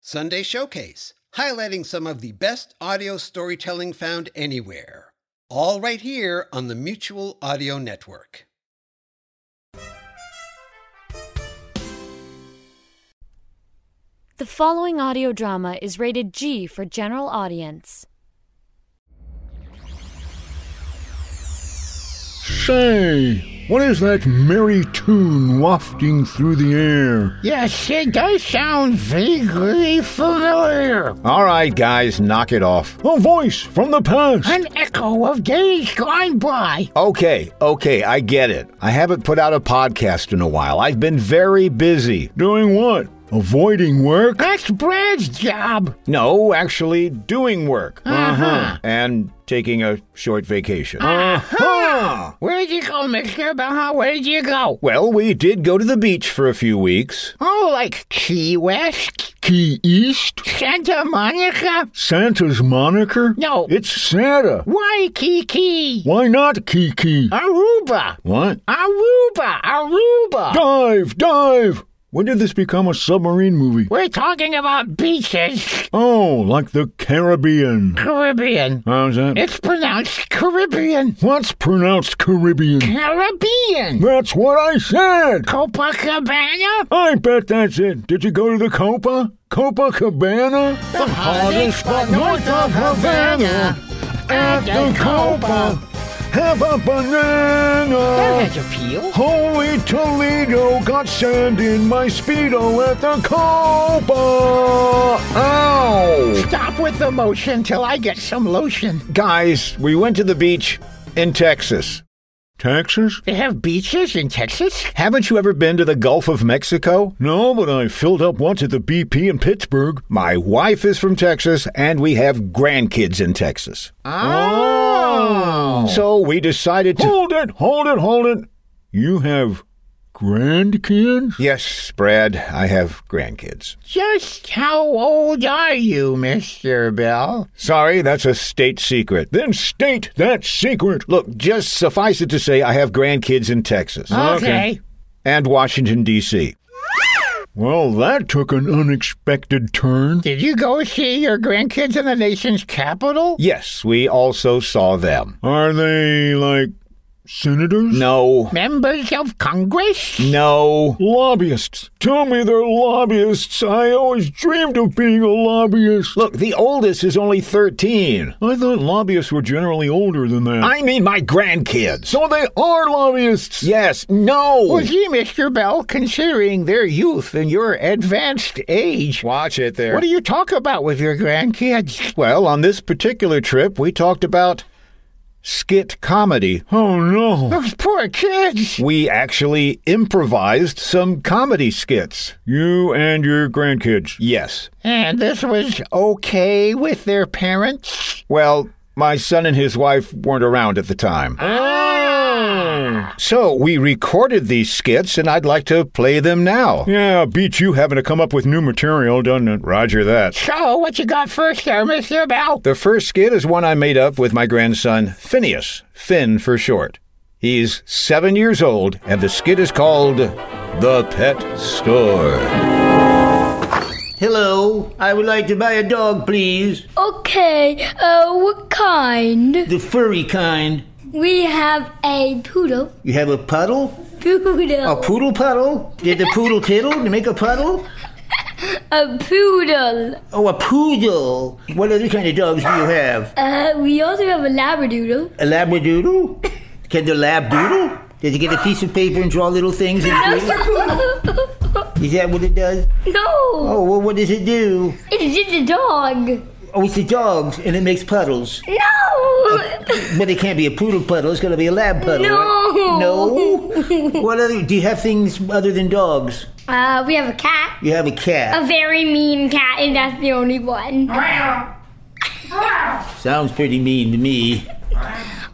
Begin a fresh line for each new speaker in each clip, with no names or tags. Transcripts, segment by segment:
Sunday Showcase, highlighting some of the best audio storytelling found anywhere. All right here on the Mutual Audio Network.
The following audio drama is rated G for general audience.
Say, what is that merry tune wafting through the air?
Yes, it does sound vaguely familiar. Oh,
All right, guys, knock it off.
A voice from the past!
An echo of days gone by.
Okay, okay, I get it. I haven't put out a podcast in a while. I've been very busy.
Doing what? Avoiding work?
That's Brad's job. Uh-huh.
No, actually, doing work. Uh huh. And taking a short vacation.
Oh. Huh. Where'd you go, Mr. Baja? Where'd you go?
Well, we did go to the beach for a few weeks.
Oh, like Key West?
Key East?
Santa Monica?
Santa's moniker?
No.
It's Santa.
Waikiki?
Why not Kiki?
Aruba?
What?
Ah. Aruba? Aruba?
Dive! Dive! When did this become a submarine movie?
We're talking about beaches.
Oh, like the Caribbean.
Caribbean.
How's that?
It's pronounced Caribbean.
What's pronounced Caribbean?
Caribbean.
That's what I said!
Copacabana?
I bet that's it. Did you go to the Copa? Copacabana? The
hottest spot north of Havana. At the Copa.
Have a
That
banana.
has appeal.
Holy Toledo got sand in my Speedo at the Copa. Ow!
Stop with the motion till I get some lotion.
Guys, we went to the beach in Texas.
Texas?
They have beaches in Texas?
Haven't you ever been to the Gulf of Mexico?
No, but I filled up once at the BP in Pittsburgh.
My wife is from Texas, and we have grandkids in Texas.
Oh.
So we decided to.
Hold it, hold it, hold it. You have grandkids?
Yes, Brad, I have grandkids.
Just how old are you, Mr. Bell?
Sorry, that's a state secret.
Then state that secret.
Look, just suffice it to say, I have grandkids in Texas
Okay.
and Washington, D.C.
Well, that took an unexpected turn.
Did you go see your grandkids in the nation's capital?
Yes, we also saw them.
Are they like senators?
No,
Members of Congress?
no.
Lobbyists. Tell me they're lobbyists. I always dreamed of being a lobbyist.
Look, the oldest is only 13.
I thought lobbyists were generally older than that.
I mean, my grandkids. So-
so they are lobbyists.
yes, no.
Was he, Mr. Bell, considering their youth and your advanced age?
Watch it there.
What do you talk about with your grandkids?
well, on this particular trip, we talked about skit comedy.
Oh no.
Those poor kids.
We actually improvised some comedy skits.
You and your grandkids.
Yes.
And this was okay with their parents?
Well, my son and his wife weren't around at the time.
Ah.
So we recorded these skits, and I'd like to play them now.
Yeah, beats you having to come up with new material, doesn't it?
Roger that.
So, what you got first there, Mr. Bell?
The first skit is one I made up with my grandson, Phineas, Finn for short. He's seven years old, and the skit is called The Pet Store.
Hello, I would like to buy a dog, please.
Okay, uh, what kind?
The furry kind.
We have a poodle.
You have a puddle? A
Poodle.
poodle puddle? Did the poodle tiddle to make a puddle?
A poodle.
Oh, a poodle. What other kind of dogs do you have?
Uh, we also have a labradoodle.
A labradoodle? Can the lab doodle? Does it get a piece of paper and draw little things and doodle? Is that what it does?
no,
Oh, well, what does it do?
it is just a dog.
Oh, it's the dogs and it makes puddles.
No.
But it can't be a poodle puddle. It's going to be a lab puddle.
No.
right? No. What other? Do you have things other than dogs?
Uh, we have a cat.
You have a cat.
A very mean cat, and that's the only one.
Sounds pretty mean to me.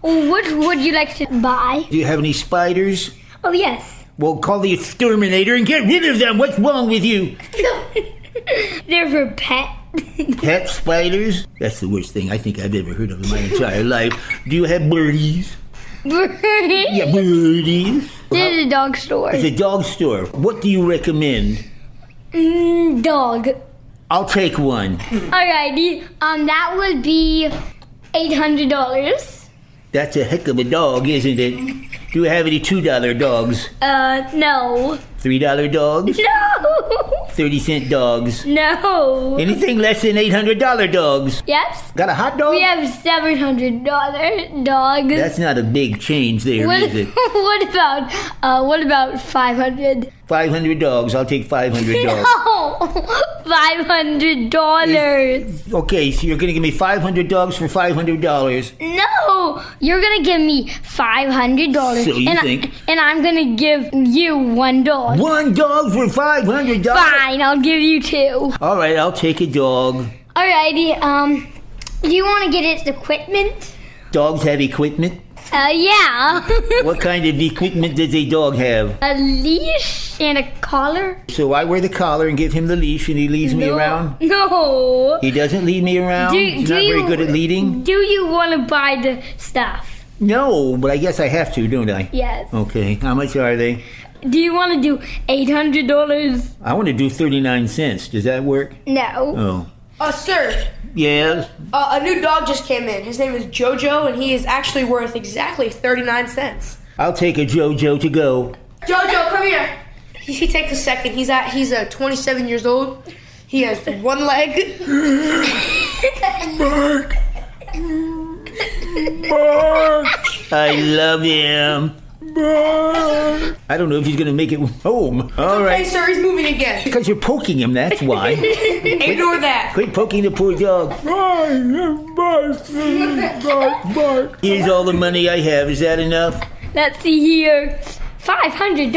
What would you like to buy?
Do you have any spiders?
Oh, yes.
Well, call the exterminator and get rid of them. What's wrong with you?
They're for pet.
Pet spiders? That's the worst thing I think I've ever heard of in my entire life. Do you have birdies? Yeah, birdies.
This is a dog store.
It's a dog store. What do you recommend?
Mm, dog.
I'll take one.
Alrighty. Um, that would be $800.
That's a heck of a dog, isn't it? Do you have any $2 dogs?
Uh, no.
$3 dogs?
No!
30 cent dogs?
No!
Anything less than $800 dogs?
Yes?
Got a hot dog?
We have $700 dogs.
That's not a big change there,
what,
is it?
what about, uh, what about 500
500 dogs. I'll take 500 dogs.
No! $500!
Okay, so you're gonna give me 500 dogs for 500 dollars.
No! You're gonna give me $500.
So you
and
think-
I, and I'm gonna give you one dog.
One dog for 500 dollars.
Fine, I'll give you two.
All right, I'll take a dog.
Alrighty, um, do you want to get its equipment?
Dogs have equipment.
Uh, yeah.
What kind of equipment does a dog have?
a leash and a collar?
So I wear the collar and give him the leash, and he leads me around.
No.
He doesn't lead me around.
Do-
He's
do
not very
you-
good at leading.
Do you want to buy the stuff?
No, but I guess I have to, don't I?
Yes.
Okay. How much are they?
Do you want to do $800?
I want to do 39 cents. Does that work?
No.
Oh.
Uh, sir,
Yes.
uh, a new dog just came in. His name is Jojo, and he is actually worth exactly 39 cents.
I'll take a JoJo to go.
Jojo, come here. He, he takes a second. He's at he's uh, 27 years old. He has one leg.
I love him. I don't know if he's going to make it home. All
Hey,
right.
sir, he's moving again.
Because you're poking him, that's why.
Ignore that.
Quit poking the poor dog. Here's all the money I have. Is that enough?
Let's see here. $500?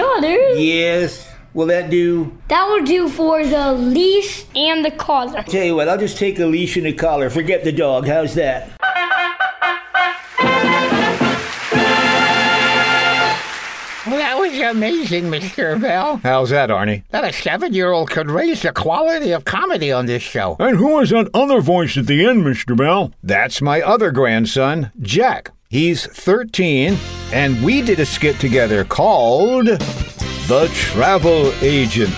Yes. Will that do?
That will do for the leash and the collar.
Tell you what, I'll just take a leash and a collar. Forget the dog. How's that?
Well, that was amazing, Mr. Bell.
How's that, Arnie?
That a seven year old could raise the quality of comedy on this show.
And who was that other voice at the end, Mr. Bell?
That's my other grandson, Jack. He's 13, and we did a skit together called The Travel Agent.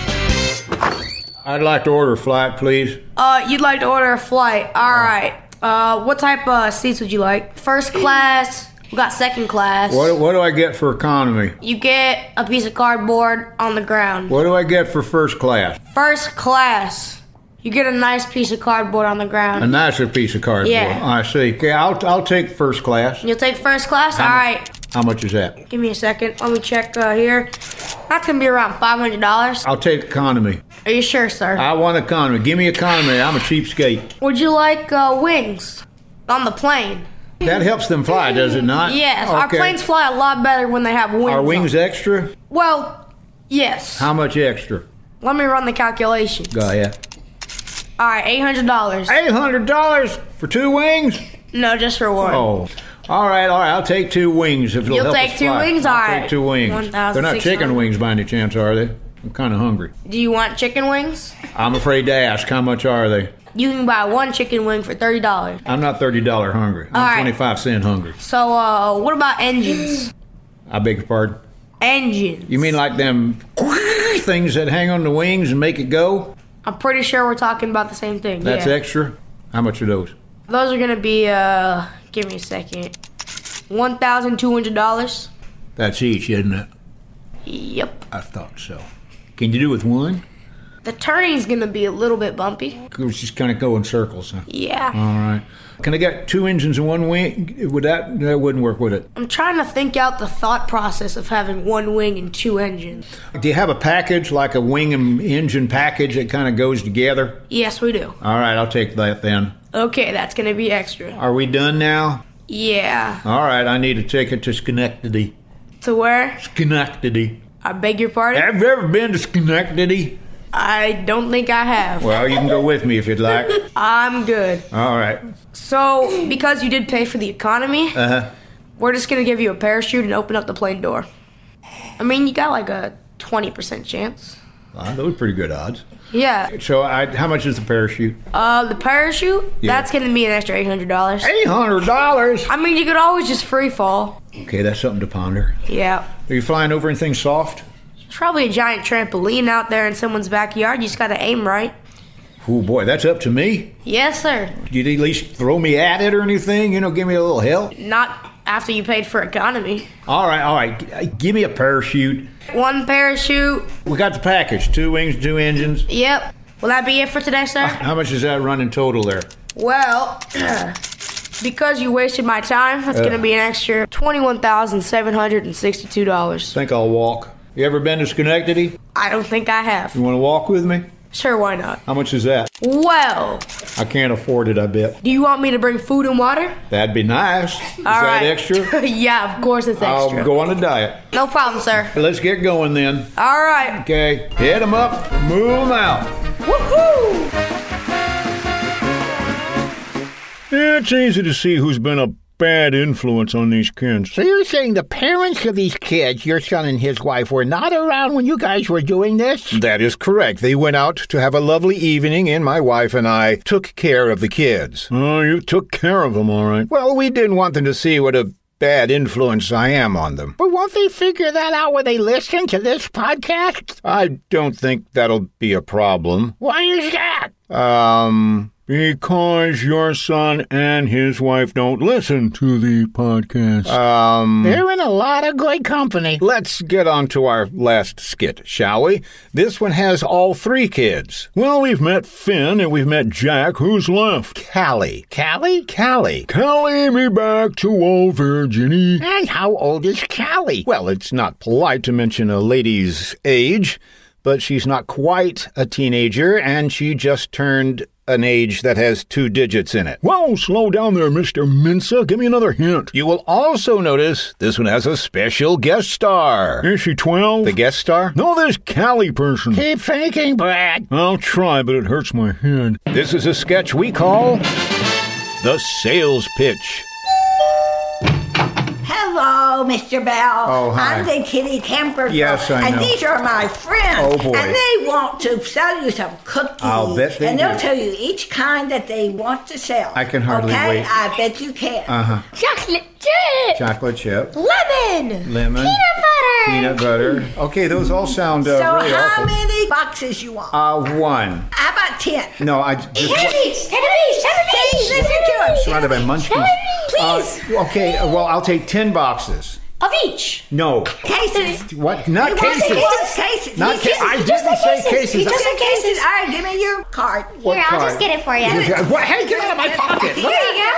I'd like to order flight, please.
Uh, you'd like to order a flight. All
Uh-huh.
right. Uh, what type of seats would you like? First class. We got second class.
what do I get for economy?
You get a piece of cardboard on the ground.
What do I get for first class?
First class. You get a nice piece of cardboard on the ground.
nicer piece of cardboard.
Yeah.
I see. Okay, I'll, I'll take first class.
You'll take first class? All right.
How much is that?
Give me a second. Let me check uh, here. That's going to be around $500.
I'll take economy.
Are you sure, sir?
I want economy. Give me economy. I'm a cheapskate.
Would you like uh, wings on the plane?
That helps them fly, does it not?
Yes. Our
Okay.
planes fly a lot better when they have wings.
Are
on.
wings e- extra?
Well, yes.
How much extra?
Let me run the calculation.
Go ahead.
All right, $800.
Eight hundred dollars for two wings?
No, just for one.
Oh. All right, all right. I'll take two wings if it'll
You'll
help
take
us
two
fly.
wings?
I'll
All
take
right.
two wings. They're not
1,600.
chicken wings by any chance, are they? I'm kind of hungry.
Do you want chicken wings?
I'm afraid to ask. How much are they?
You can buy one chicken wing for $30.
I'm not thirty dollar hungry. I'm
All right.
twenty five cent hungry.
So, uh, what about engines?
I beg your pardon.
Engines.
You mean like them things that hang on the wings and make it go?
I'm pretty sure we're talking about the same thing.
That's
yeah.
extra. How much are those?
Those are gonna be uh give me a second. One thousand two hundred dollars.
That's each, isn't it?
Yep.
I thought so. Can you do with one?
The turning's gonna be a little bit bumpy.
It's just kind of go in circles. Huh?
Yeah.
All right. Can I get two engines and one wing? Would that that wouldn't work, would it?
I'm trying to think out the thought process of having one wing and two engines.
Do you have a package like a wing and engine package that kind of goes together?
Yes, we do.
All right, I'll take that then.
Okay, that's gonna be extra.
Are we done now?
Yeah.
All right, I need to take it to Schenectady.
To where?
Schenectady.
I beg your pardon?
Have you ever been to Schenectady?
I don't think I have.
Well, you can go with me if you'd like.
I'm good.
All right.
So, because you did pay for the economy,
Uh-huh.
we're just gonna give you a parachute and open up the plane door. I mean, you got like a 20% chance.
Well, those are pretty good odds.
Yeah.
So, I, how much is the parachute?
Uh, the parachute,
Yeah.
that's gonna be an extra $800.
$800.
I mean, you could always just free fall.
Okay, that's something to ponder.
Yeah.
Are you flying over anything soft?
There's probably a giant trampoline out there in someone's backyard. You just gotta aim right.
Oh boy, that's up to me.
Yes, sir.
You'd at least throw me at it or anything, you know, give me a little help.
Not after you paid for economy.
All right, all right, g- uh, give me a parachute.
One parachute.
We got the package two wings, two engines.
Yep. Will that be it for today, sir?
How much is that running total there?
Well, because you wasted my time, that's going to be an extra $21,762.
Think I'll walk. You ever been to Schenectady?
I don't think I have.
You want to walk with me?
Sure, why not?
How much is that?
Well,
I can't afford it, I bet.
do you want me to bring food and water?
That'd be nice. Is that
right.
extra?
yeah, of course it's extra.
I'll go on a diet.
No problem, sir.
Let's get going then.
All right.
Okay, hit 'em up, move 'em out.
Woohoo!
It's easy to see who's been a bad influence on these kids.
So you're saying the parents of these kids, your son and his wife, were not around when you guys were doing this?
That is correct. They went out to have a lovely evening, and my wife and I took care of the kids.
Oh, you took care of them, all right.
Well, we didn't want them to see what a bad influence I am on them.
But won't they figure that out when they listen to this podcast?
I don't think that'll be a problem.
Why is that?
Um,
Because your son and his wife don't listen to the podcast.
They're in a lot of good company.
Um, let's get on to our last skit, shall we? This one has all three kids.
well, we've met Finn and we've met Jack. Who's left?
Callie.
Callie?
Callie.
Callie me back to old Virginie.
And how old is Callie?
Well, it's not polite to mention a lady's age, but she's not quite a teenager, and she just turned an age that has two digits in it.
Whoa, slow down there, Mr. Mensa. Give me another hint.
You will also notice this one has a special guest star.
Is she 12?
The guest star?
no, this Callie person.
Keep thinking, Brad.
I'll try, but it hurts my head.
This is a sketch we call The Sales Pitch.
Hello, Mr. Bell.
Oh, hi.
I'm the kitty temper.
Yes, I
And
know.
these are my friends.
Oh, boy.
And they want to sell you some cookies.
I'll bet they
And they'll
do.
tell you each kind that they want to sell.
I can hardly
okay?
wait.
I bet you can.
Uh-huh.
Chocolate chip.
Chocolate chip,
Lemon.
lemon,
Peanut butter.
peanut butter. Okay, those all sound uh,
so
really
how
awful.
many boxes you want?
Uh, one.
how about ten?
No, I j- just.
Tennis. Tennis.
Please listen to him.
Surrounded by munchkins. Uh,
Please.
okay, uh, well, I'll take 10 boxes.
Of each.
No.
Cases.
What? Not
He wants
cases.
cases, cases.
Not
He
ca-
just-
I
he
didn't
just said
say cases.
He just
I-
said cases. All right, give me your card.
What
Here, I'll just
kind?
get it for you.
You just- what? Hey, get out of my pocket.
Here
Look.
you go.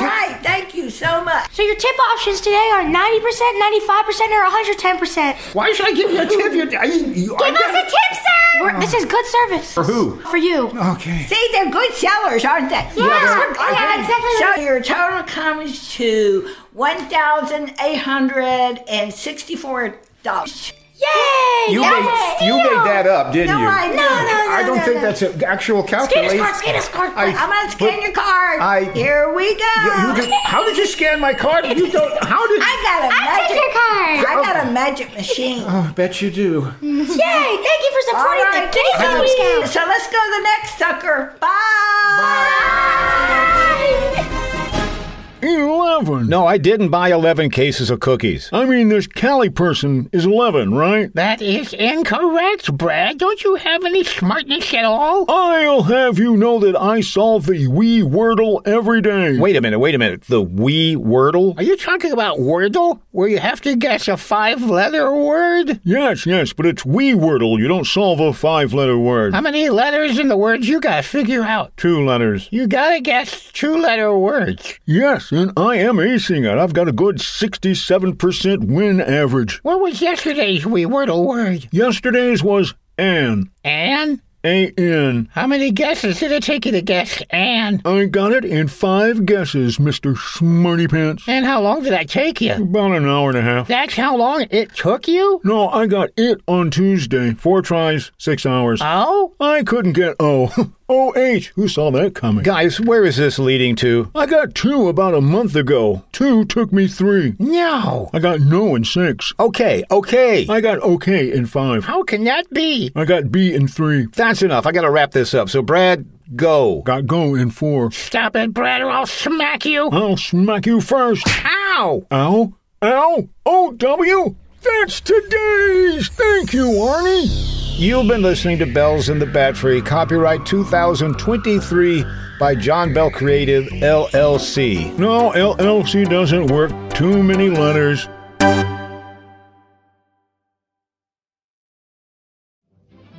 All right, thank you so much.
So your tip options today are 90%, 95%, or 110%.
Why should I give you a tip? You, I, you, I
Give us a
got-
tip, sir! We're, this is good service. For
who?
For you.
Okay.
See, they're good sellers, aren't they?
Yeah, we're good. Yeah, definitely.
So your total comes to one thousand eight hundred and sixty-four dollars.
Yay!
You
that's
made,
a
you
steal.
made that up, didn't
No,
you?
I no, no, no,
I don't
no,
think
no.
that's an actual
Scan his
calculation.
card, scan his card.
I-
I'm gonna scan
but
your card.
I-
Here we go.
You- you did- how did you scan my card? You don't. How did?
I got a
I
magic.
took your
I
card.
got a magic machine.
Oh, I bet you do.
Yay! Thank you for supporting the Kitty
thank
Comedy
you.
Scouts.
So let's go to the next sucker.
Eleven.
No, I didn't buy 11 cases of cookies.
I mean, this Callie person is eleven, right?
That is incorrect, Brad. Don't you have any smartness at all?
I'll have you know that I solve the wee wordle every day.
Wait a minute, wait a minute. The wee wordle?
Are you talking about Wordle, where you have to guess a five letter word?
Yes, yes, but it's wee wordle. You don't solve a five-letter word.
How many letters in the word you gotta figure out?
Two letters.
You gotta guess two letter words.
Yes, and I am acing it. I've got a good 67% win average.
What was yesterday's wee Wordle word?
Yesterday's was an.
An?
A-N.
How many guesses did it take you to guess Ann?
I got it in five guesses, Mr. Smarty Pants.
And how long did that take you?
About an hour and a half.
That's how long it took you?
No, I got it on Tuesday. Four tries, six hours.
Oh?
I couldn't get O. O-H. Who saw that coming?
Guys, where is this leading to?
I got two about a month ago. Two took me three.
No.
I got no in six.
Okay, okay.
I got okay in five.
Oh. How can that be?
I got B in three.
That's enough. I got to wrap this up. So, Brad, go.
Got go in four.
Stop it, Brad, or I'll smack you.
I'll smack you first.
Ow!
Ow. Ow. O-W. That's today's. Thank you, Arnie.
You've been listening to Bells in the Bat Free, copyright 2023 by John Bell Creative, LLC.
No, LLC doesn't work. Too many letters.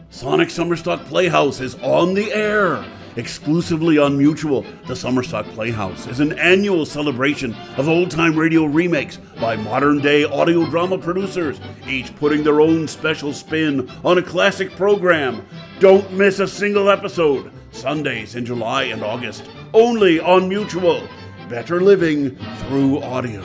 Sonic Summerstock Playhouse is on the air. Exclusively on Mutual, the Summerstock Playhouse is an annual celebration of old time radio remakes by modern day audio drama producers, each putting their own special spin on a classic program. Don't miss a single episode, Sundays in July and August, only on Mutual. Better living through audio.